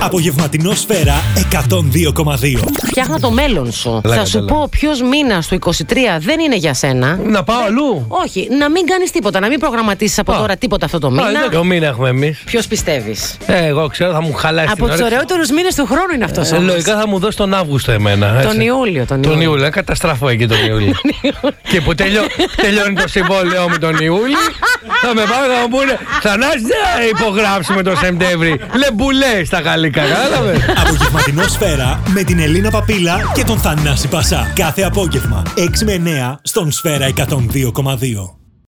Απογευματινό σφαίρα 102,2. Φτιάχνα το μέλλον σου. Καλά, Θα σου καλά. πω ποιος μήνας του 23 δεν είναι για σένα. Να πάω αλλού. Όχι, να μην κάνεις τίποτα, να μην προγραμματίσεις από Α. τώρα τίποτα αυτό το μήνα. Ποιο μήνα έχουμε εμείς. Ποιος πιστεύεις. Ε, εγώ ξέρω, θα μου χαλάσει Από την τους όρεξη. ωραιότερους μήνες του χρόνου είναι αυτός. Ε, Λογικά θα μου δώσει τον Αύγουστο εμένα. έτσι. Τον Ιούλιο. Ναι. Τον Τον Ιούλιο. Ιούλιο, ε, καταστραφώ εκεί τον Ιούλιο. και που τελειώ- τελειώνει το συμβόλαιό μου τον Ιούλιο, θα με πάρουν θα μου πούνε Θανάση, δεν υπογράψουμε τον Σεπτέμβρη. Λεμπουλέ στα γαλλικά, κατάλαβες. Απογευματινό σφαίρα με την Ελίνα Παπίλα και τον Θανάση Πασά. Κάθε απόγευμα 6 με 9 στον σφαίρα 102,2.